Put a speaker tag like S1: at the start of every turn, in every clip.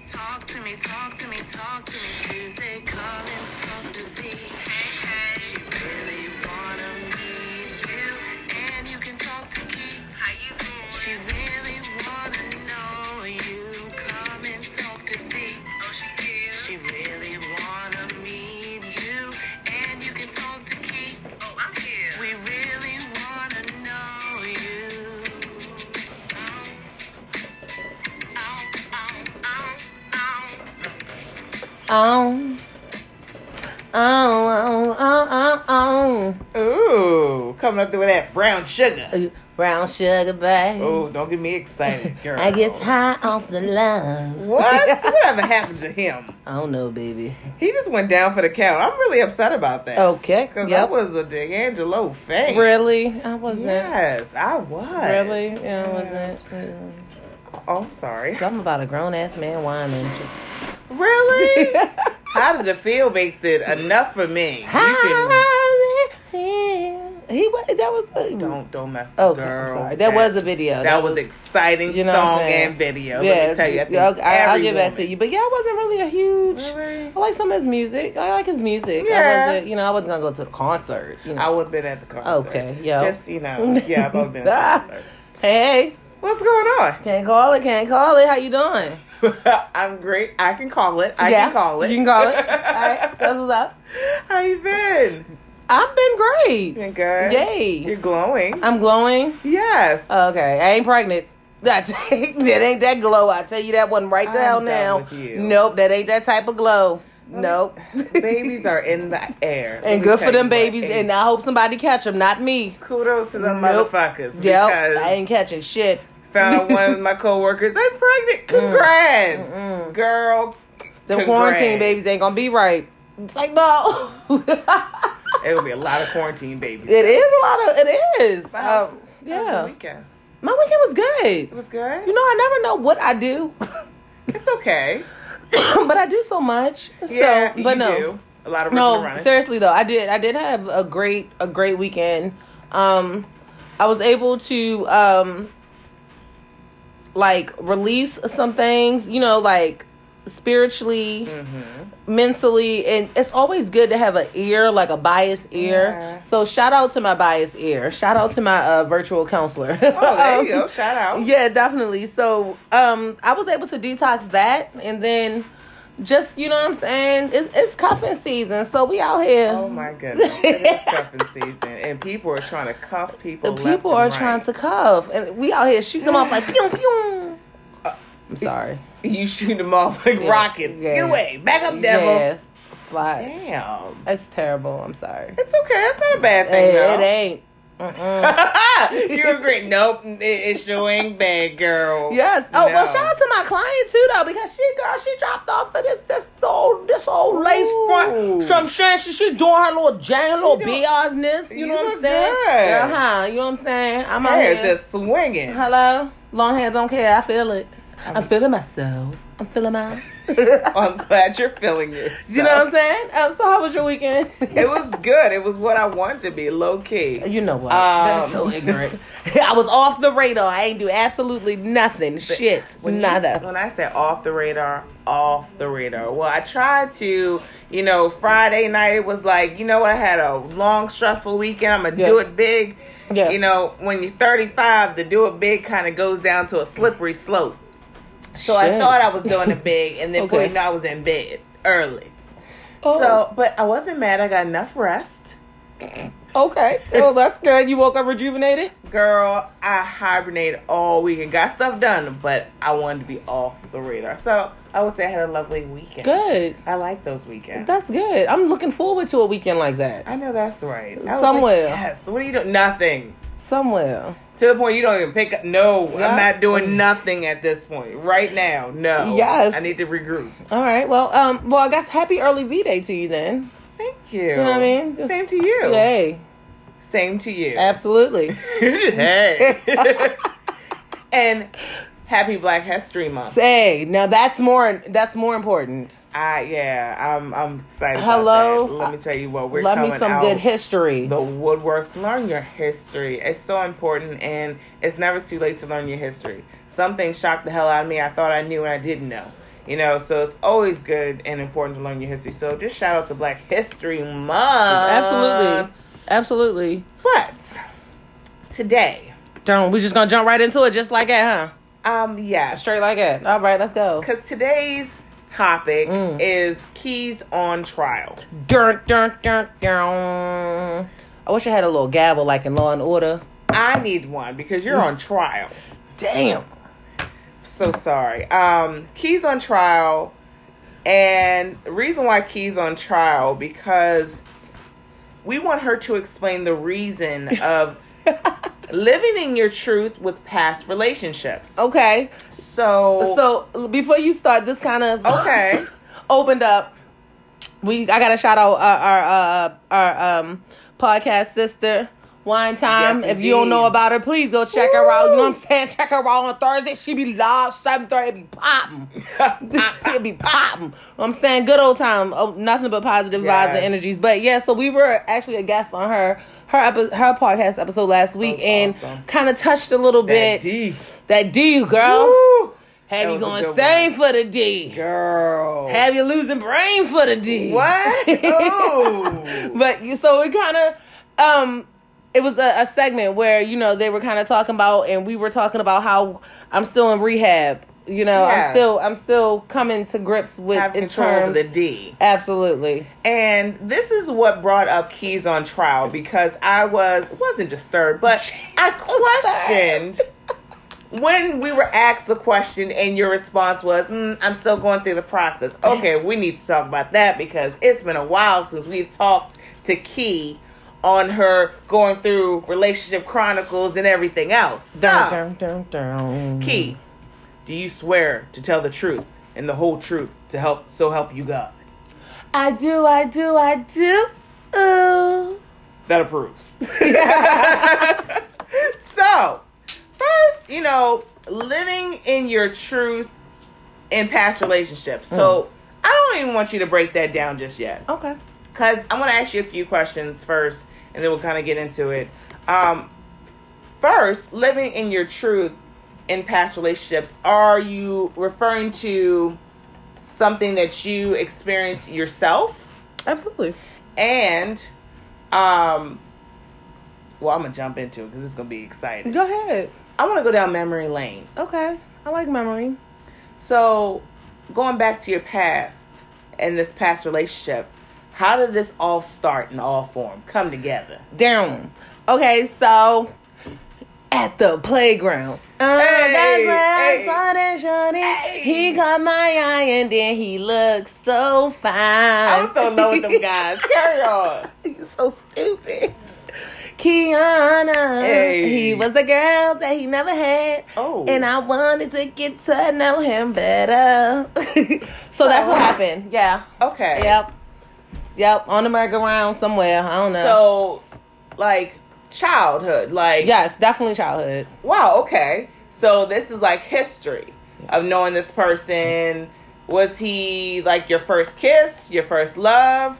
S1: me, talk to me, talk to me. Tuesday, come and talk to Z. Hey, hey. She really wanna meet you, and you can talk to Keith. How you doing? She really wanna know you. Come and talk to Z. Oh, she did. She really wanna meet you, and you can talk to Keith. Oh, I'm here. We really wanna know you. Ow, ow, ow, ow.
S2: Oh, oh, oh, oh, oh,
S3: Ooh, coming up there with that brown sugar.
S2: oh. Brown sugar, babe.
S3: Oh, don't get me excited, girl.
S2: I get high off the love.
S3: What? Whatever happened to him?
S2: I don't know, baby.
S3: He just went down for the count. I'm really upset about that.
S2: Okay.
S3: Because I
S2: Oh, yep.
S3: was a D'Angelo fan.
S2: Really? I wasn't.
S3: Yes, I was.
S2: Really? Yeah, I wasn't.
S3: Yes.
S2: Yeah.
S3: Oh, I'm sorry.
S2: Something about a grown ass man whining. Just-
S3: Really? How does it feel makes it enough for me? You can...
S2: He was. That was. A,
S3: Don't don't mess up,
S2: Okay,
S3: girl.
S2: I'm sorry. Uh, That was a video.
S3: that, was exciting
S2: you know what I'm
S3: song
S2: saying?
S3: and video. Let
S2: Yeah,
S3: me tell you, I think
S2: yeah, okay, I, will
S3: every
S2: give that to
S3: woman-
S2: you. But yeah, I wasn't really a huge.
S3: Really?
S2: I like some of his music. I like his music.
S3: Yeah.
S2: I wasn't, you know, I wasn't gonna go to the concert. You know.
S3: I would have been at the concert.
S2: Okay, yeah.
S3: Just you know, yeah, I would have been at the concert.
S2: hey,
S3: What's going on?
S2: can't call it. Can't call it. How you doing?
S3: I'm great. I can call it. I
S2: Yeah,
S3: can call it.
S2: You can call it. All right, that's what's up.
S3: How you been?
S2: I've been
S3: You
S2: great.
S3: been good? You're
S2: Yay.
S3: glowing.
S2: I'm Uh, glowing.
S3: yes.
S2: Okay, I ain't pregnant. That that ain't that glow. I tell you that one right
S3: I'm
S2: down
S3: done
S2: now.
S3: with you.
S2: Nope, that ain't that type of glow. Nope.
S3: babies are in the air. Let
S2: and
S3: me
S2: good for
S3: tell you
S2: them
S3: what.
S2: babies. And I hope somebody catch them, not me.
S3: kudos to them
S2: Nope.
S3: motherfuckers.
S2: Yep,
S3: Because
S2: I ain't catching shit.
S3: found out one of my coworkers. I'm pregnant. Congrats,
S2: Mm. Mm-mm.
S3: girl.
S2: The
S3: Congrats.
S2: quarantine babies ain't gonna be right. It's like no.
S3: It will be a lot of quarantine babies.
S2: it is a lot of. It is.
S3: Wow.
S2: Um,
S3: How was your
S2: yeah,
S3: weekend?
S2: my weekend was good.
S3: It was good.
S2: You know, I never know what I do,
S3: It's okay.
S2: but I do so much.
S3: Yeah,
S2: so, but
S3: you
S2: no,
S3: do. A lot of ripping
S2: no,
S3: and running.
S2: seriously though, I did. I did have a great, a great weekend. Um, I was able to um, like release some things. You know, like spiritually.
S3: Mm-hmm.
S2: mentally and it's always good to have an ear like a biased ear
S3: Yeah.
S2: so shout out to my biased ear shout out to my uh, virtual counselor
S3: Oh, there you go. Shout out.
S2: yeah definitely so um i was able to detox that and then just you know what i'm saying it's, it's cuffing season so we out here
S3: Oh my goodness. It is cuffing season. And people are trying to cuff people.
S2: the people are trying to cuff and we out here shooting them off like pew pew
S3: Uh,
S2: i'm sorry
S3: to. You shoot them off like
S2: Yeah,
S3: rockets.
S2: yeah.
S3: Get away. Back up, devil.
S2: yes flies.
S3: Damn.
S2: it's terrible i'm sorry
S3: It's okay. It's not a bad thing,
S2: it,
S3: though.
S2: it ain't Mm-mm.
S3: you agree? Nope, it, it sure ain't bad, girl.
S2: Yes. Oh well,
S3: No.
S2: shout out to my client too though, because she girl she dropped off for this this old this old lace
S3: Ooh.
S2: front from Shannon. She doing her little jam,
S3: She
S2: little
S3: doing-
S2: business. You,
S3: You
S2: know what
S3: look
S2: I'm saying?
S3: good.
S2: Girl, huh? You know what I'm saying? I'm out
S3: hair
S2: here.
S3: is just swinging.
S2: Hello, long hair don't care. I feel it. I'm feeling myself. I'm feeling my.
S3: I'm glad you're feeling it.
S2: you know what I'm saying? Um, so how was your weekend?
S3: It was good. It was what I wanted to be, low key.
S2: You know what?
S3: Um,
S2: That's so ignorant. I was off the radar. I ain't do absolutely nothing. Shit.
S3: When you-
S2: Nada.
S3: when I say off the radar, off the radar. Well, I tried to, you know, Friday night it was like, you know, I had a long, stressful weekend. I'm gonna
S2: Yeah.
S3: do it big.
S2: yeah.
S3: You know, when you're 35, the do it big kind of goes down to a slippery slope. So I
S2: Shit.
S3: thought I was doing it big, and then
S2: Okay.
S3: before you know, I was in bed early.
S2: Oh.
S3: So, but I wasn't mad. I got enough rest.
S2: Okay. Oh, that's good. You woke up rejuvenated?
S3: Girl, I hibernated all weekend, got stuff done, but I wanted to be off the radar. So I would say I had a lovely weekend.
S2: Good.
S3: I like those weekends.
S2: That's good. I'm looking forward to a weekend like that.
S3: I know that's right. I was
S2: Somewhere.
S3: Like, yes. What are you doing? Nothing.
S2: Somewhere.
S3: To the point you don't even pick up. No,
S2: Yeah. Mm.
S3: I'm not doing nothing at this point. Right now, no.
S2: Yes.
S3: I need to regroup.
S2: All right. Well, um, well, I guess happy early V Day to you then.
S3: Thank you.
S2: You know what I mean? Just-
S3: Same to you.
S2: Hey,
S3: Same to you.
S2: absolutely.
S3: hey. and happy Black History Month.
S2: Say, now that's more that's more important.
S3: I yeah, I'm I'm excited.
S2: Hello?
S3: About that. Let me tell you what we're
S2: Love me
S3: coming
S2: some
S3: out.
S2: good history.
S3: the woodworks. Learn your history. It's so important, and it's never too late to learn your history. Something shocked the hell out of me. I thought I knew, and I didn't know. You know, so it's always good and important to learn your history. So just shout out to Black History Month. uh,
S2: Absolutely. Absolutely.
S3: But today,
S2: Don't we just gonna jump right into it just like that,
S3: um, yeah,
S2: huh? Straight like that. All right, let's go.
S3: Because today's topic
S2: Mm.
S3: is keys on trial.
S2: Dun, dun, dun, dun. I wish I had a little gavel like in Law and Order.
S3: I need one because you're on trial.
S2: Mm. Damn.
S3: So sorry. Um, keys on trial, and the reason why keys on trial because we want her to explain the reason of living in your truth with past relationships.
S2: okay.
S3: So,
S2: So before you start, this kind of
S3: okay,
S2: opened up. We I gotta shout out our our, uh, our um podcast sister Wine Time.
S3: Yes,
S2: if you don't know
S3: indeed.
S2: about her, please go check her out. You know what
S3: Woo!
S2: I'm saying? Check her out on Thursday. She be live seven thirty. It be popping. it be popping. I'm saying good old time. Oh, nothing but positive vibes
S3: Yes.
S2: and energies. But yeah, so we were actually a guest on her her epi- her podcast episode last week
S3: was
S2: and
S3: awesome.
S2: kind of touched a little bit
S3: that D.
S2: that D girl.
S3: Woo!
S2: Have
S3: That
S2: you
S3: was a
S2: going
S3: good
S2: insane for the D?
S3: girl.
S2: Have you losing brain for the D?
S3: What? Oh. Ooh.
S2: but you so it kind of um it was a, a segment where you know they were kind of talking about and we were talking about how I'm still in rehab. You know,
S3: Yes.
S2: I'm still I'm still coming to grips with
S3: have
S2: in
S3: control
S2: terms-
S3: of the D.
S2: absolutely.
S3: And this is what brought up Keys on trial because I was wasn't disturbed, but I questioned when we were asked the question and your response was, mm, "I'm still going through the process." Okay, we need to talk about that because it's been a while since we've talked to Key on her going through relationship chronicles and everything else.
S2: Dun,
S3: So,
S2: dun, dun, dun.
S3: Key, do you swear to tell the truth and the whole truth to help so help you God?
S2: I do, I do, I do. Ooh.
S3: that approves. so, first, you know, living in your truth in past relationships. So, I don't even want you to break that down just yet.
S2: Okay.
S3: Because I'm going to ask you a few questions first, and then we'll kind of get into it. Um, first, living in your truth in past relationships, are you referring to something that you experience yourself?
S2: Absolutely.
S3: And, um, well, I'm gonna jump into it because it's gonna be exciting.
S2: Go ahead.
S3: I want to go down memory lane.
S2: Okay. I like memory.
S3: So, going back to your past and this past relationship, how did this all start and all form come together?
S2: down. Okay, so at the playground. Uh,
S3: Hey,
S2: that's where
S3: hey.
S2: I saw that shorty.
S3: Hey.
S2: He caught my eye and then he looked so fine.
S3: I was so low with them guys. Carry on.
S2: He's so stupid. Kiana.
S3: Hey.
S2: He was a girl that he never had.
S3: Oh,
S2: And I wanted to get to know him better. so that's what happened. Yeah.
S3: okay.
S2: Yep. Yep. On the merry-go-round somewhere. I don't know.
S3: So, like childhood, like
S2: yes, definitely childhood.
S3: wow, okay. So this is like history of knowing this person. Was he like your first kiss, your first love?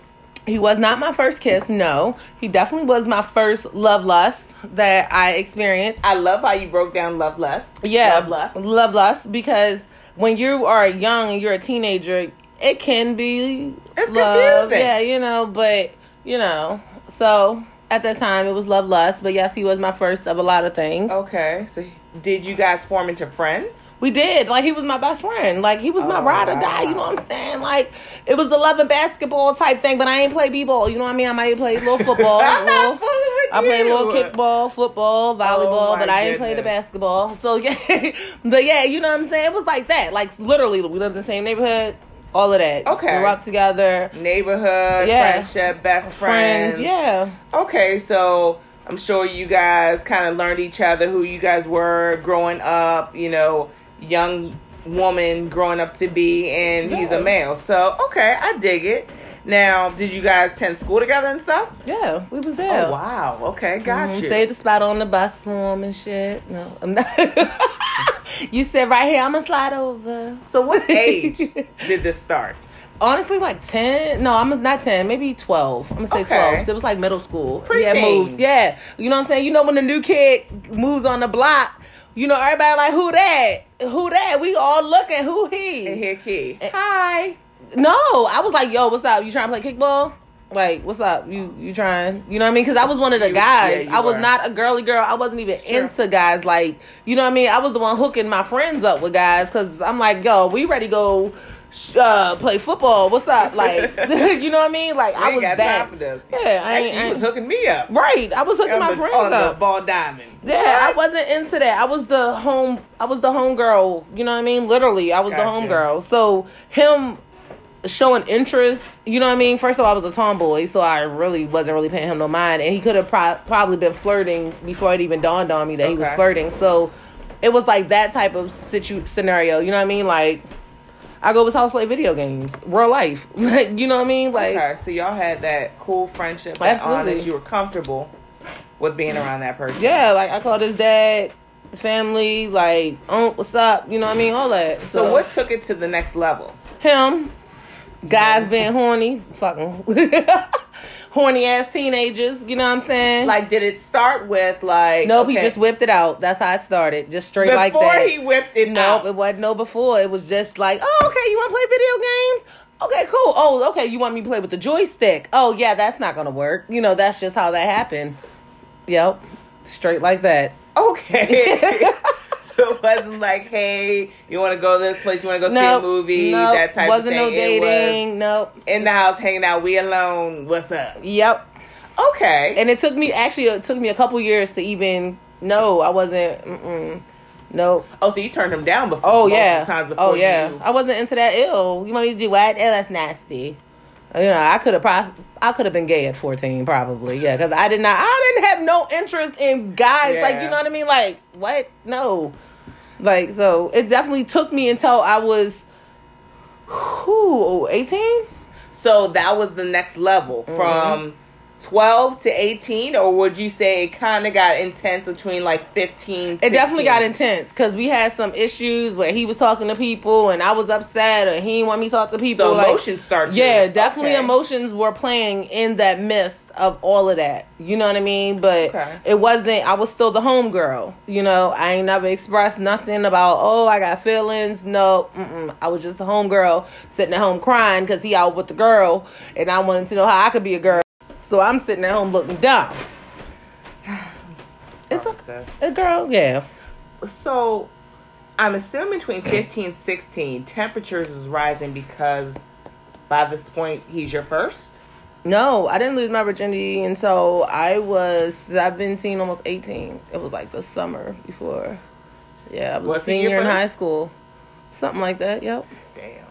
S2: He was not my first kiss, no. He definitely was my first love lust that I experienced.
S3: I love how you broke down love lust.
S2: Yeah.
S3: Love lust.
S2: Love lust because when you are young and you're a teenager, it can be
S3: It's
S2: love.
S3: confusing.
S2: Yeah, you know, but you know. So at that time it was love lust, but yes, he was my first of a lot of things.
S3: Okay, so did you guys form into friends?
S2: We did. Like he was my best friend. Like he was my
S3: Oh,
S2: ride or die.
S3: wow.
S2: You know what I'm saying? Like it was the love and basketball type thing, but I ain't play b ball. You know what I mean? I might play a little football.
S3: I'm
S2: a little-
S3: not fooling with
S2: I played a little
S3: you.
S2: kickball, football,
S3: Oh,
S2: volleyball,
S3: my
S2: but I didn't play the
S3: goodness.
S2: basketball. So yeah, but yeah, you know what I'm saying? It was like that. Like literally, we lived in the same neighborhood, all of that.
S3: Okay.
S2: we rocked together,
S3: Neighborhood,
S2: Yeah.
S3: friendship, best friends.
S2: friends. Yeah,
S3: Okay, so I'm sure you guys kind of learned each other, who you guys were growing up, you know, young woman growing up to be, and he's
S2: Yeah.
S3: a male. So, okay, I dig it. Now, did you guys attend school together and stuff?
S2: yeah, we was there.
S3: Oh, wow. Okay, got
S2: Mhm,
S3: you.
S2: Saved the spot on the bus for him and shit. No, I'm not. you said right here, I'm gonna slide over.
S3: so, what age did this start?
S2: Honestly, like ten. No, I'm not ten. Maybe twelve. I'm gonna say
S3: Okay.
S2: twelve. It was like middle school. Yeah,
S3: Preteen.
S2: moves. Yeah, you know what I'm saying. You know when the new kid moves on the block, You know, everybody like who that? Who that? We all looking who he?
S3: And here, Key.
S2: And-
S3: Hi.
S2: No, I was like, yo, what's up? You trying to play kickball? Like, what's up? You you trying? You know what I mean? Because I was one of the
S3: You-
S2: guys.
S3: yeah, you
S2: I was
S3: were.
S2: not a girly girl. I wasn't even
S3: Sure.
S2: into guys. Like, you know what I mean? I was the one hooking my friends up with guys because I'm like, yo, we ready to go sh- uh, play football. What's up? Like, you know what I mean? Like,
S3: We
S2: I
S3: ain't
S2: was
S3: got
S2: that.
S3: time for this.
S2: Yeah, I ain't-
S3: Actually,
S2: I
S3: you was
S2: ain't-
S3: hooking me up.
S2: Right. I was hooking
S3: On
S2: my
S3: the-
S2: friends
S3: on the
S2: up.
S3: ball diamond.
S2: Yeah, I
S3: What?
S2: wasn't into that. I was the home. I was the home girl. You know what I mean? Literally, I was the
S3: Gotcha.
S2: home girl. So him showing interest. You know what I mean? First of all, I was a tomboy, so I really wasn't really paying him no mind, and he could have pro- probably been flirting before it even dawned on me that he was
S3: Okay.
S2: flirting. So it was like that type of situ- scenario. You know what I mean? Like I go to his house play video games, real life. Like you know what I mean? Like
S3: okay, so y'all had that cool friendship. But
S2: Absolutely. Mm-hmm.
S3: honest, you were comfortable with being around that person.
S2: yeah, like I called his dad. Family, like, oh, what's up? You know what I mean? All that.
S3: So, what took it to the next level?
S2: him, guys being horny, fucking horny ass teenagers. You know what I'm saying?
S3: Like, did it start with like?
S2: nope, he
S3: okay,
S2: just whipped it out. That's how it started, just straight
S3: before
S2: like that.
S3: he whipped it.
S2: nope,
S3: out.
S2: it wasn't no before. It was just like, oh, okay, you want to play video games? Okay, cool. Oh, okay, you want me to play with the joystick? Oh, yeah, that's not gonna work. You know, that's just how that happened. Yep, straight like that.
S3: Okay. so it wasn't like, hey, you want to go to this place? You want to go
S2: Nope,
S3: see a movie?
S2: nope,
S3: that type
S2: wasn't
S3: of
S2: no
S3: thing.
S2: dating.
S3: It was
S2: Nope.
S3: in the house hanging out. We alone. What's up?
S2: Yep.
S3: Okay.
S2: and it took me actually it took me a couple years to even know I wasn't mm-mm, no
S3: oh, so you turned him down before?
S2: oh
S3: multiple
S2: yeah
S3: Times before
S2: oh yeah
S3: you-
S2: I wasn't into that ill you want me to do what ill that's nasty you know I could have pro- I could have been gay at fourteen probably yeah because I did not I didn't have no interest in guys like
S3: Yeah.
S2: you know what I mean like what no like so it definitely took me until I was who eighteen
S3: So that was the next level
S2: Mm-hmm.
S3: from 12 to 18, or would you say it kind of got intense between like 15?
S2: It definitely got
S3: 16?
S2: intense because we had some issues where he was talking to people and I was upset or he didn't want me to talk to people.
S3: So
S2: like-
S3: emotions start. to-
S2: yeah, definitely
S3: okay.
S2: emotions were playing in that midst of all of that. You know what I mean? But
S3: Okay.
S2: it wasn't, I was still the homegirl. You know, I ain't never expressed nothing about, oh, I got feelings. No, mm-mm. I was just the homegirl sitting at home crying because he out with the girl and I wanted to know how I could be a girl. So I'm sitting at home looking dumb.
S3: Sorry,
S2: It's okay.
S3: sis.
S2: A girl, yeah.
S3: so I'm assuming between 15 and 16, temperatures was rising because by this point he's your first.
S2: No, I didn't lose my virginity until I was 17, almost 18. It was like the summer before. Yeah, I was
S3: What
S2: a
S3: senior
S2: senior in
S3: was?
S2: high school. Something like that, yep.
S3: Damn.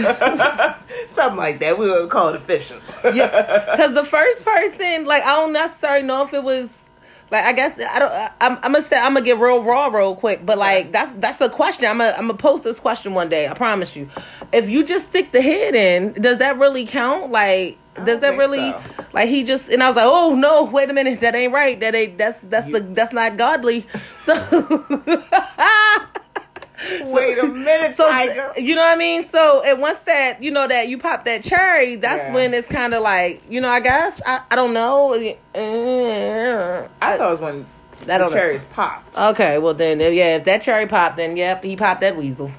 S3: Something like that. We would call it official.
S2: Yeah, Because the first person, like, I don't necessarily know if it was. Like I guess I don't. I, I'm, I'm gonna say I'm gonna get real raw real quick, but like that's that's the question. I'm gonna I'm gonna post this question one day. I promise you. If you just stick the head in, does that really count? Like,
S3: I
S2: does
S3: don't
S2: that
S3: think
S2: really?
S3: so.
S2: Like he just and I was like, oh no, wait a minute, that ain't right. That ain't that's that's
S3: You-
S2: the that's not godly. So
S3: Wait a minute,
S2: So
S3: Tiger.
S2: you know what I mean. So and once that you know that you pop that cherry, that's
S3: Yeah.
S2: when it's kind of like you know I guess I, I don't know. I,
S3: I thought it was when
S2: I
S3: the
S2: don't know.
S3: cherries popped.
S2: Okay, well then yeah, if that cherry popped, then yep, he popped that weasel.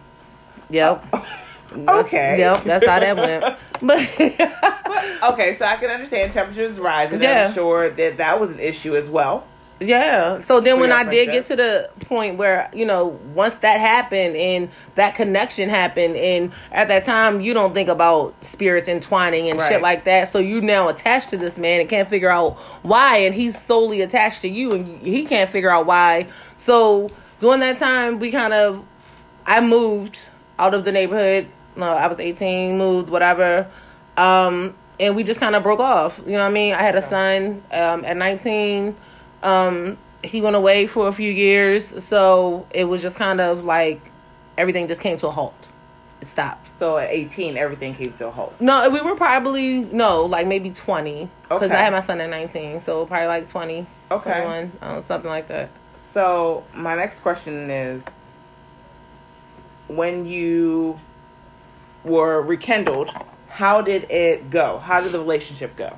S2: Yep. That's-
S3: okay.
S2: Yep, that's how that went. But
S3: But, okay, so I can understand temperatures rising.
S2: Yeah.
S3: I'm sure that that was an issue as well.
S2: Yeah. So then
S3: For
S2: when
S3: your
S2: I did get to
S3: friendship.
S2: the point where, you know, once that happened and that connection happened and at that time you don't think about spirits entwining and shit
S3: Right.
S2: like that. So you now attached to this man and can't figure out why and he's solely attached to you and he can't figure out why. So during that time we kind of I moved out of the neighborhood. No, I was 18, moved, whatever. Um, and we just kind of broke off. You know what I mean? I had a
S3: Okay.
S2: son um, at 19. Um, he went away for a few years. So it was just kind of like everything just came to a halt. It stopped.
S3: So at 18, everything came to a halt.
S2: No, we were probably, no, like maybe 20. Because
S3: Okay.
S2: I had my son at 19. So probably like 20,
S3: Okay.
S2: 21, uh, something like that.
S3: So my next question is when you were rekindled, how did it go? How did the relationship go?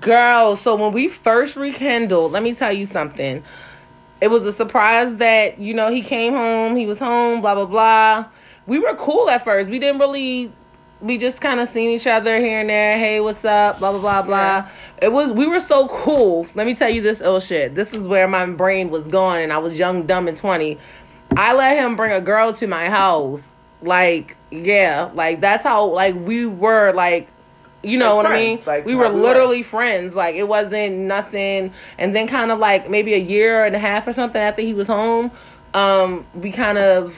S2: Girl, so when we first rekindled, let me tell you something. It was a surprise that, you know, he came home, he was home, blah, blah, blah. We were cool at first. We didn't really, we just kind of seen each other here and there. Hey, what's up? Blah, blah, blah, blah.
S3: Yeah.
S2: It was, we were so cool. Let me tell you this ill shit. This is where my brain was going and I was young, dumb, and 20. I let him bring a girl to my house. Like, yeah, like that's how, like, we were, like, you know
S3: Like
S2: what I
S3: friends,
S2: mean?
S3: like
S2: we
S3: how
S2: were
S3: we were.
S2: literally friends. Like it wasn't nothing. And then kind of like maybe a year and a half or something after he was home, um, we kind of.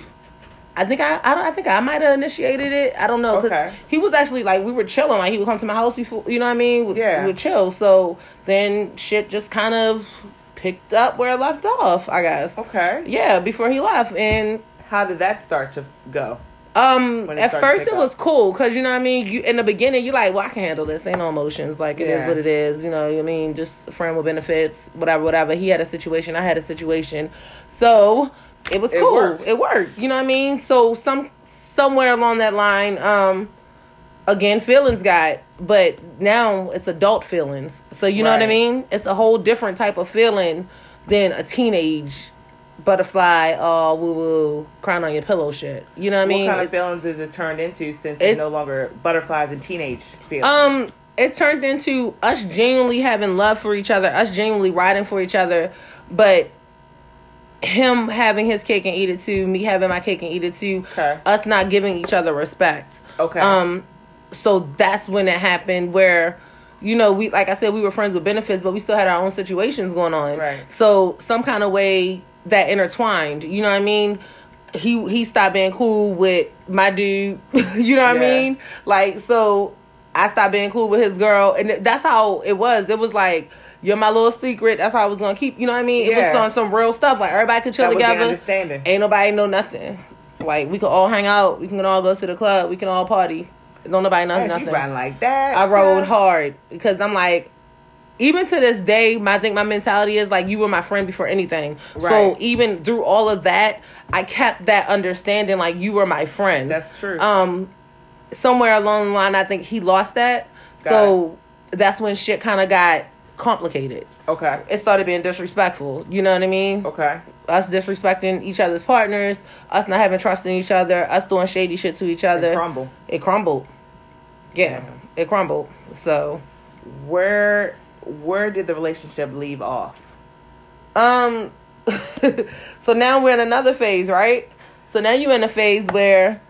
S2: I think I I, don't, I think I might have initiated it. I don't know because
S3: Okay.
S2: he was actually like we were chilling. Like he would come to my house before, you know what I mean? We-
S3: Yeah.
S2: we would chill. So then shit just kind of picked up where it left off. I guess.
S3: Okay.
S2: Yeah, before he left, and
S3: How did that start to go?
S2: um,
S3: When it
S2: at
S3: started to
S2: first
S3: pick
S2: it
S3: up.
S2: was cool because you know what I mean. You in the beginning, you're like, well, I can handle this. Ain't no emotions. Like it is
S3: Yeah.
S2: what it is. You know, what I mean, just a friend with benefits, whatever, whatever. He had a situation. I had a situation. So it was
S3: It
S2: cool.
S3: worked.
S2: It worked. You know what I mean. So some somewhere along that line, um, again, feelings got, but now it's adult feelings. So you know what I
S3: Right.
S2: mean. It's a whole different type of feeling than a teenage. Butterfly, all woo woo, crying on your pillow shit. You know what I mean?
S3: what kind of feelings is it turned into since
S2: it's-
S3: it's no longer butterflies and teenage feelings?
S2: Um, it turned into us genuinely having love for each other, us genuinely riding for each other, but him having his cake and eat it too, me having my cake and eat it too,
S3: okay.
S2: us not giving each other respect.
S3: Okay.
S2: uh, Um, so that's when it happened where, you know, we like I said, we were friends with benefits, but we still had our own situations going on.
S3: Right.
S2: So some kind of way that intertwined. You know what I mean? He he stopped being cool with my dude. you know what I
S3: Yeah.
S2: mean? Like so, I stopped being cool with his girl, and th- that's how it was. It was like. You're my little secret. That's how I was gonna keep. You know what I mean? It
S3: Yeah.
S2: was on some real stuff. Like everybody could chill
S3: that was the
S2: together.
S3: understanding.
S2: Ain't nobody know nothing. Like we can all hang out. We can all go to the club. We can all party. Don't nobody know
S3: Yes,
S2: nothing.
S3: you riding like that.
S2: I rode
S3: sis.
S2: hard because I'm like, even to this day, my I think my mentality is like you were my friend before anything.
S3: Right.
S2: So even through all of that, I kept that understanding like you were my friend.
S3: That's true.
S2: um somewhere along the line I think he lost that.
S3: Got
S2: so that's when shit kinda got complicated.
S3: okay.
S2: It started being disrespectful. You know what I mean?
S3: Okay.
S2: us disrespecting each other's partners, us not having trust in each other, us doing shady shit to each other.
S3: And crumble.
S2: it crumbled. Yeah, it crumbled. So,
S3: Where where did the relationship leave off?
S2: um, so now we're in another phase, right? So now you're in a phase where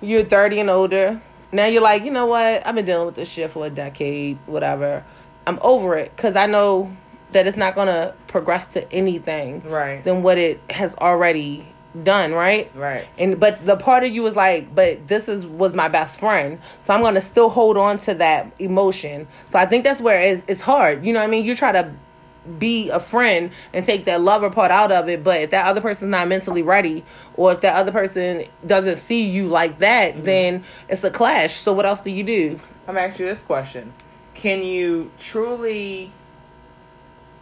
S2: you're 30 and older. Now you're like, you know what? I've been dealing with this shit for a decade, whatever. I'm over it because I know that it's not going to progress to anything
S3: Right.
S2: than what it has already done, right?
S3: right.
S2: and but the part of you was like but this is was my best friend so i'm gonna still hold on to that emotion so i think that's where it's, it's hard you know what i mean you try to be a friend and take that lover part out of it but if that other person's not mentally ready or if that other person doesn't see you like that then it's a clash so what else do you do
S3: I'm gonna ask you this question. Can you truly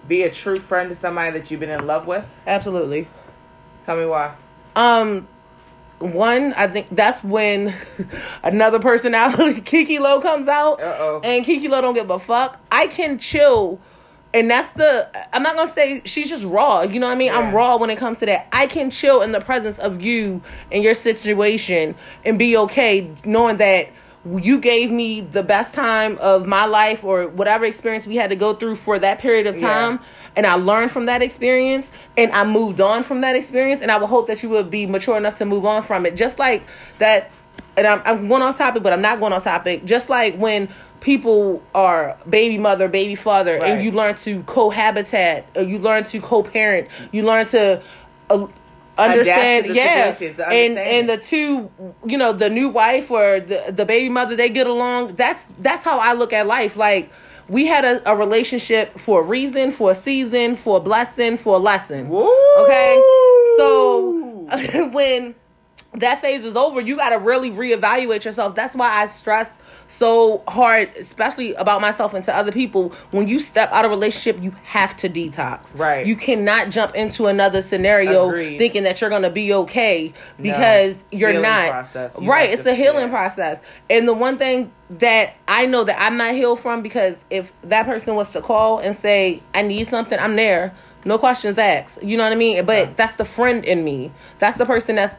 S3: be a true friend to somebody that you've been in love with?
S2: absolutely
S3: Tell me why.
S2: um one i think that's when another personality kiki low comes out
S3: Uh oh.
S2: and Kiki Lo don't give a fuck. I can chill. And that's the I'm not gonna say she's just raw. You know what I mean? I'm
S3: Yeah.
S2: raw when it comes to that. I can chill in the presence of you and your situation and be okay knowing that you gave me the best time of my life or whatever experience we had to go through for that period of
S3: Yeah.
S2: time and I learned from that experience and I moved on from that experience and I would hope that you would be mature enough to move on from it. Just like that and I'm I'm going off topic but I'm not going off topic. Just like when people are baby mother, baby father and
S3: Right.
S2: you learn to cohabitat or you learn to co-parent, you learn to uh, understand
S3: Adapt to the
S2: yeah
S3: situation, to
S2: and and
S3: understand
S2: the two you know the new wife or the, the baby mother they get along that's that's how i look at life like we had a, a relationship for a reason for a season for a blessing for a lesson
S3: Woo!
S2: Okay, so- when that phase is over, you got to really reevaluate yourself. That's why I stress so hard, especially about myself and to other people. When you step out of a relationship, you have to detox.
S3: Right.
S2: You cannot jump into another scenario
S3: Agreed.
S2: thinking that you're going to be okay because you're
S3: Healing
S2: not.
S3: process. You
S2: Right,
S3: have
S2: it's
S3: to-
S2: a healing
S3: yeah.
S2: process. And the one thing that I know that I'm not healed from because if that person was to call and say, I need something, I'm there. No questions asked. You know what I mean? But that's the friend in me. That's the person that's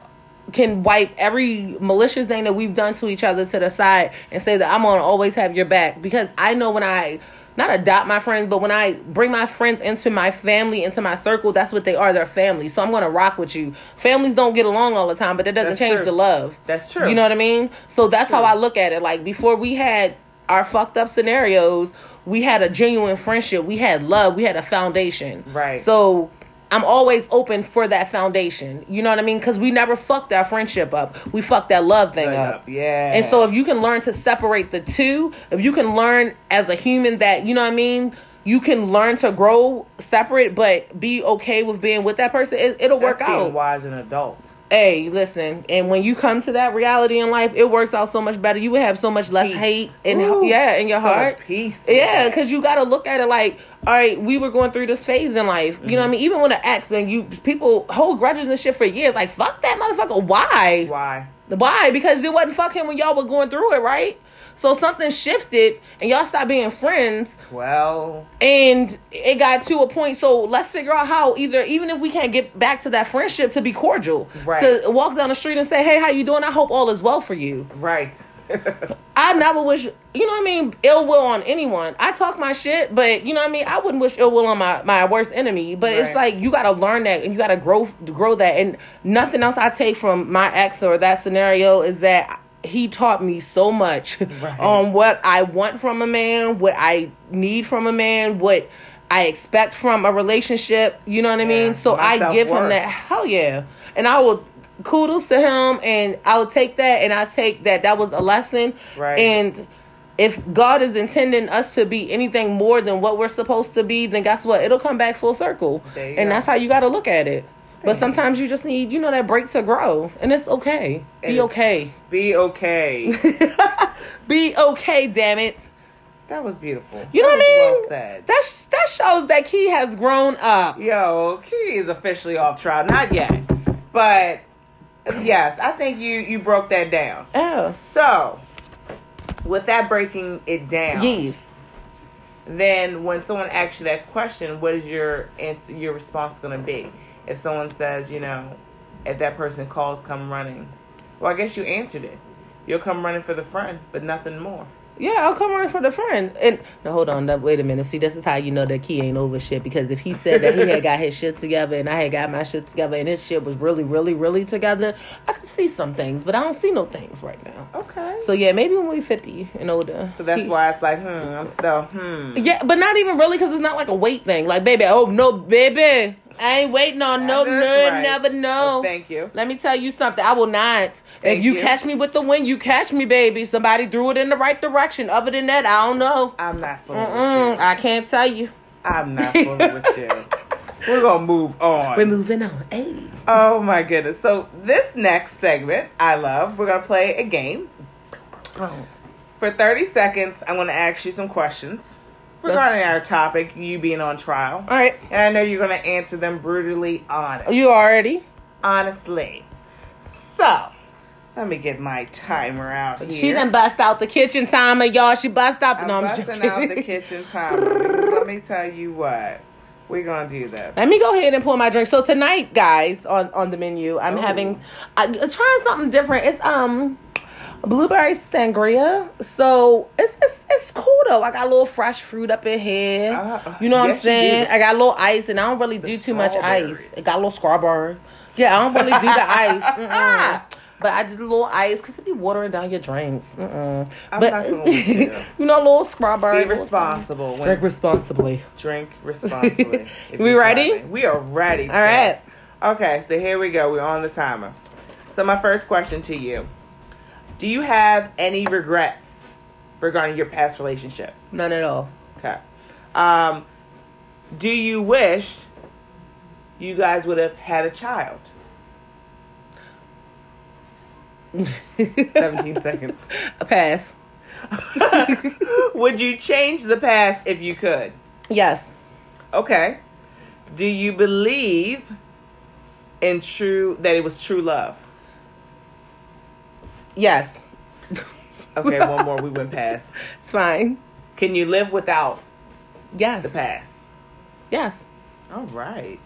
S2: can wipe every malicious thing that we've done to each other to the side and say that I'm gonna always have your back because I know when I not adopt my friends, but when I bring my friends into my family, into my circle, that's what they are. They're family. So I'm gonna rock with you. Families don't get along all the time, but that doesn't
S3: That's
S2: change
S3: true.
S2: the love.
S3: That's true.
S2: You know what I mean? So that's how I look at it. Like before we had our fucked up scenarios, we had a genuine friendship. We had love. We had a foundation.
S3: Right.
S2: So I'm always open for that foundation. You know what I mean? Because we never fucked our friendship up. We fucked that love thing
S3: Like,
S2: up.
S3: Yeah.
S2: And so if you can learn to separate the two, if you can learn as a human that, you know what I mean, you can learn to grow separate but be okay with being with that person, it, it'll
S3: That's
S2: work out
S3: Being wise and adult.
S2: hey, listen, and when you come to that reality in life, it works out so much better. You would have so much less
S3: Peace.
S2: hate and
S3: Ooh,
S2: yeah, in your
S3: so
S2: heart.
S3: Much peace.
S2: Yeah, because you got to look at it like, all right, we were going through this phase in life. You know
S3: Mm-hmm.
S2: what I mean? Even when an ex and you people hold grudges and shit for years, like fuck that motherfucker. Why?
S3: Why?
S2: Why? Because it wasn't fuck him when y'all were going through it, right? So something shifted and y'all stopped being friends
S3: Well,
S2: and it got to a point so let's figure out how either even if we can't get back to that friendship to be cordial
S3: Right.
S2: to walk down the street and say hey how you doing i hope all is well for you
S3: right.
S2: i never wish you know what i mean ill will on anyone i talk my shit but you know what i mean i wouldn't wish ill will on my, my worst enemy but it's
S3: Right.
S2: like you gotta learn that and you gotta grow grow that and nothing else i take from my ex or that scenario is that he taught me so much
S3: Right.
S2: on what I want from a man, what I need from a man, what I expect from a relationship. You know what I mean?
S3: Yeah,
S2: So
S3: my
S2: I give him
S3: self-worth.
S2: that. Hell yeah. And I will kudos to him and I will take that and I take that that was a lesson.
S3: Right.
S2: And if God is intending us to be anything more than what we're supposed to be, then guess what? It'll come back full circle.
S3: There you
S2: And
S3: go.
S2: that's how you got to look at it. But sometimes you just need, you know, that break to grow. And it's okay.
S3: It
S2: be
S3: is-
S2: okay.
S3: Be okay.
S2: be okay, damn it.
S3: That was beautiful.
S2: You know
S3: That
S2: what I
S3: was
S2: mean?
S3: Well said.
S2: That sh- that shows that he has grown up.
S3: Yo, Kitty is officially off trial. Not yet, but yes, I think you you broke that down.
S2: Oh,
S3: So, with that breaking it down,
S2: Oh, yes.
S3: then when someone asks you that question, what is your answer, your response going to be? If someone says, you know, if that person calls, come running. Well, I guess you answered it. You'll come running for the friend, but nothing more.
S2: Yeah, I'll come running for the friend. And no, hold on. no, Wait a minute. See, this is how you know that he ain't over shit. Because if he said that he had got his shit together and I had got my shit together and his shit was really, really, really together, I could see some things, but I don't see no things right now.
S3: Okay.
S2: So yeah, maybe when we fifty and older.
S3: So that's
S2: he-
S3: why it's like, hmm, I'm still, hmm.
S2: Yeah, but not even really because it's not like a weight thing. Like, baby, oh no, baby, I ain't waiting on no,
S3: That's
S2: no,
S3: right.
S2: never know.
S3: Well, thank you.
S2: Let me tell you something. I will not.
S3: Thank
S2: if you,
S3: you.
S2: catch me with the wind, you catch me, baby. Somebody threw it in the right direction. Other than that, I don't know.
S3: I'm not fooling with
S2: Mm-mm,
S3: you.
S2: I can't tell you.
S3: I'm not fooling with you. We're gonna move on.
S2: We're moving on. Hey.
S3: oh my goodness. So this next segment, I love. We're gonna play a game.
S2: Oh.
S3: For 30 seconds, I'm gonna ask you some questions regarding our topic, you being on trial.
S2: All right.
S3: And I know you're gonna answer them brutally honest.
S2: Oh, You already?
S3: Honestly. So let me get my timer out here.
S2: She done bust out the kitchen timer, y'all. She bust out the
S3: I'm
S2: no, I'm
S3: busting
S2: joking.
S3: out the kitchen timer. Let me tell you what. We're gonna do this.
S2: Let me go ahead and pour my drink. So tonight, guys, on on the menu, I'm
S3: Ooh.
S2: having I, I'm trying something different. It's um blueberry sangria. So it's it's, it's cool though. I got a little fresh fruit up in here.
S3: Ah,
S2: you know what
S3: yes,
S2: I'm
S3: you
S2: saying?
S3: do.
S2: I got a little ice, and I don't really
S3: The
S2: do too much ice.
S3: strawberries.
S2: I got a little strawberry. Yeah, I don't really do the ice. Mm-mm. But I did a little ice because it be watering down your drinks. Mm-mm.
S3: I'm
S2: but
S3: not fooling with you.
S2: you know, a little strawberry.
S3: Be responsible. When
S2: Drink responsibly.
S3: Drink responsibly. if
S2: We
S3: you're
S2: ready?
S3: driving. We are ready.
S2: All right.
S3: sis. Okay, so here we go. We're on the timer. So my first question to you: Do you have any regrets regarding your past relationship?
S2: None at all.
S3: Okay. Um, do you wish you guys would have had a child? Seventeen seconds.
S2: A pass.
S3: would you change the past if you could?
S2: Yes.
S3: Okay. Do you believe in true that it was true love?
S2: Yes.
S3: Okay, one more we went past.
S2: It's fine.
S3: Can you live without
S2: Yes.
S3: the past?
S2: Yes.
S3: All right.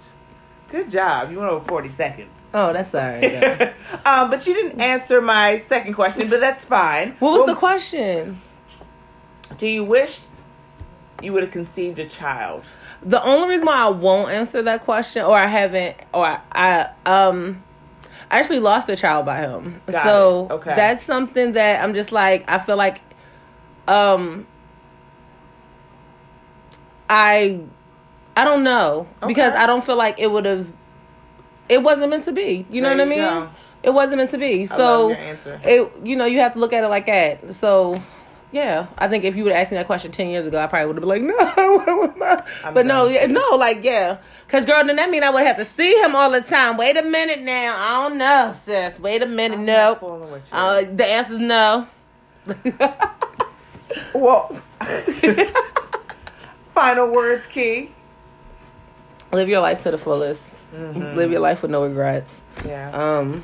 S3: Good job. You went over 40 seconds.
S2: Oh, that's all right. though.
S3: um, but you didn't answer my second question, but that's fine.
S2: what was
S3: Well,
S2: the question?
S3: Do you wish you would have conceived a child?
S2: The only reason why I won't answer that question, or I haven't, or I, I um, I actually lost a child by him.
S3: Got
S2: so
S3: it. Okay.
S2: that's something that I'm just like I feel like, um, I, I don't know because
S3: Okay.
S2: I don't feel like it would have. It wasn't meant to be. You know
S3: There
S2: what I mean?
S3: go.
S2: It wasn't meant to be.
S3: I
S2: So
S3: love your answer.
S2: it you know you have to look at it like that so yeah i think if you would have asked me that question 10 years ago i probably would have been like no
S3: I'm
S2: but no
S3: done.
S2: yeah, no like yeah because girl then that mean i would have to see him all the time wait a minute now i don't know sis wait a minute
S3: I'm not
S2: no
S3: fooling with you.
S2: uh, the answer's no uh,
S3: well, final words, Key.
S2: live your life to the fullest
S3: Mhm.
S2: live your life with no regrets
S3: Yeah.
S2: um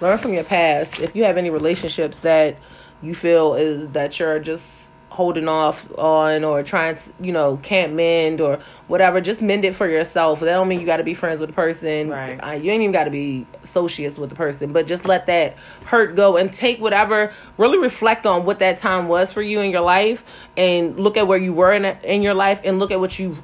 S2: learn from your past if you have any relationships that you feel is that you're just holding off on or trying to you know can't mend or whatever just mend it for yourself that don't mean you got to be friends with the person
S3: Right.
S2: Uh, you ain't even got to be associates with the person but just let that hurt go and take whatever really reflect on what that time was for you in your life and look at where you were in, in your life and look at what you've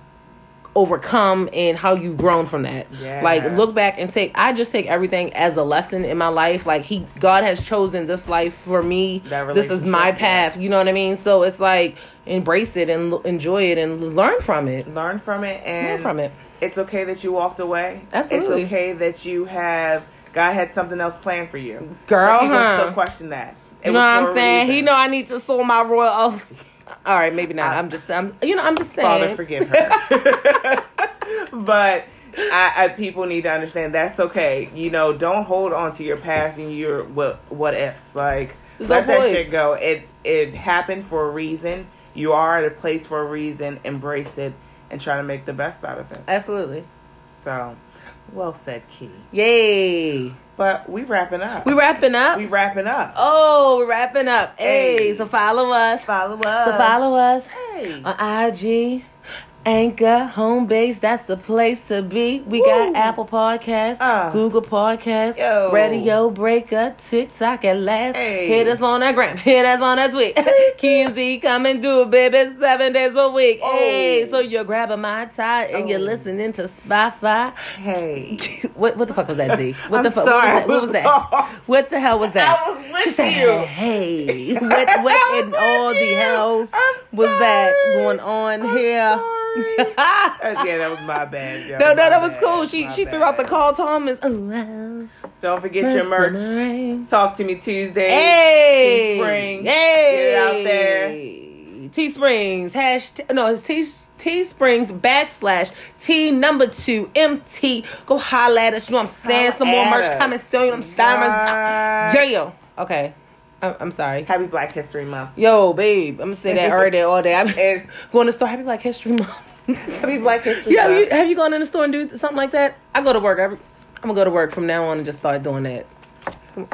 S2: overcome and how you've grown from that
S3: Yeah.
S2: like look back and take I just take everything as a lesson in my life. Like he God has chosen this life for me.
S3: That
S2: This is my
S3: relationship,
S2: path.
S3: yes.
S2: You know what I mean? So it's like embrace it and l- enjoy it and learn from it.
S3: Learn from it and
S2: Learn from it.
S3: it's okay that you walked away.
S2: Absolutely.
S3: It's okay that you have God had something else planned for you.
S2: Girl,
S3: Some people
S2: huh?
S3: still question that. It
S2: You know
S3: was
S2: what
S3: for
S2: I'm
S3: a
S2: saying? He
S3: reason.
S2: know I need to sow my royal oath. All right, maybe not.
S3: I-
S2: I'm just I'm you know, I'm just saying.
S3: Father, forgive her. but I, I, people need to understand that's okay. You know, don't hold on to your past and your what what ifs. Like
S2: Go
S3: let that
S2: for it.
S3: shit go. It it happened for a reason. You are at a place for a reason. Embrace it and try to make the best out of it.
S2: Absolutely.
S3: So, well said, Key.
S2: Yay.
S3: But we wrapping up.
S2: We wrapping up?
S3: We wrapping up.
S2: oh, we're wrapping up. Hey,
S3: Hey.
S2: so follow us.
S3: Follow up.
S2: So follow us.
S3: Hey.
S2: on IG, Uh, Anchor, Home Base. That's the place to be. We
S3: Woo.
S2: got Apple Podcasts,
S3: Uh.
S2: Google Podcasts,
S3: Yo.
S2: Radio Breaker, TikTok at last.
S3: Hey.
S2: Hit us on that gram. Hit us on that tweet. Kenzie, come and do it, baby. Seven days a week.
S3: Oh.
S2: Hey, so you're grabbing my tie and you're
S3: Oh.
S2: listening to Spotify.
S3: hey.
S2: What what the fuck was that, Z? What
S3: I'm
S2: the fuck?
S3: sorry.
S2: What was that? What was that? What the hell was that?
S3: I was with
S2: she said,
S3: you.
S2: "Hey, what
S3: I
S2: what
S3: was
S2: in
S3: with
S2: all the
S3: you.
S2: hells
S3: I'm
S2: was that
S3: sorry.
S2: going on
S3: I'm
S2: here?"
S3: sorry. Uh, yeah, that was my bad. Yo.
S2: no, no,
S3: My
S2: that was
S3: bad.
S2: cool. She
S3: My
S2: she
S3: bad.
S2: threw out the Carl Thomas. Oh, wow.
S3: Don't forget your
S2: The summer
S3: merch.
S2: rain.
S3: Talk to me Tuesday.
S2: Hey,
S3: Teespring.
S2: Hey,
S3: Get it out there.
S2: Teesprings hashtag no, it's Tees Teesprings backslash T number two MT. Go holla at us. You know what I'm saying?
S3: Holla
S2: Some more
S3: at
S2: merch
S3: us.
S2: coming soon. You know what I'm
S3: Yes.
S2: saying? Yeah. Okay. I'm, I'm sorry.
S3: Happy Black History Month.
S2: Yo, babe, I'm gonna say that every day, all day. I'm
S3: And
S2: going to the store. Happy Black History Month. Happy
S3: Black History
S2: Yeah, have
S3: Month.
S2: you, have you gone in the store and do something like that? I go to work. Every, I'm gonna go to work from now on and just start doing that.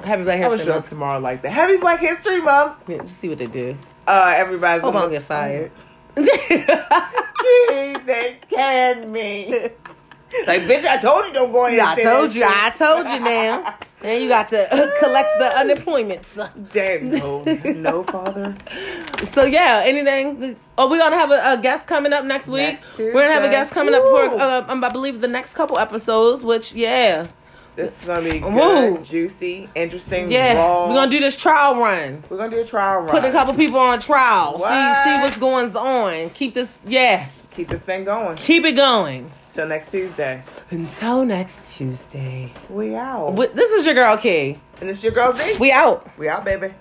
S2: Happy Black
S3: I was
S2: History
S3: show
S2: Month.
S3: up tomorrow like that. Happy Black History Month.
S2: Yeah, just see what they do.
S3: Uh, everybody's
S2: Hope I
S3: gonna
S2: don't get fired.
S3: Gee, they can me. Like, bitch, I told you don't go in.
S2: I told you. I told you now. And you got to collect the unemployment. son.
S3: Damn, no, no, father.
S2: So yeah, anything? Oh, we're gonna have a, a guest coming up next week.
S3: Next
S2: we're gonna have a
S3: Tuesday.
S2: guest coming up
S3: Woo.
S2: for, uh, um, I believe, the next couple episodes. Which yeah,
S3: This is gonna be good,
S2: Woo.
S3: juicy, interesting.
S2: yeah,
S3: raw.
S2: we're gonna do this trial run.
S3: We're gonna do a trial run.
S2: Put a couple people on trial.
S3: What?
S2: See, see what's going on. Keep this, yeah,
S3: Keep this thing going
S2: keep it going
S3: till next Tuesday.
S2: until next Tuesday.
S3: We out.
S2: Wi- This is your girl Key.
S3: and it's your girl Z.
S2: We out.
S3: We out, baby.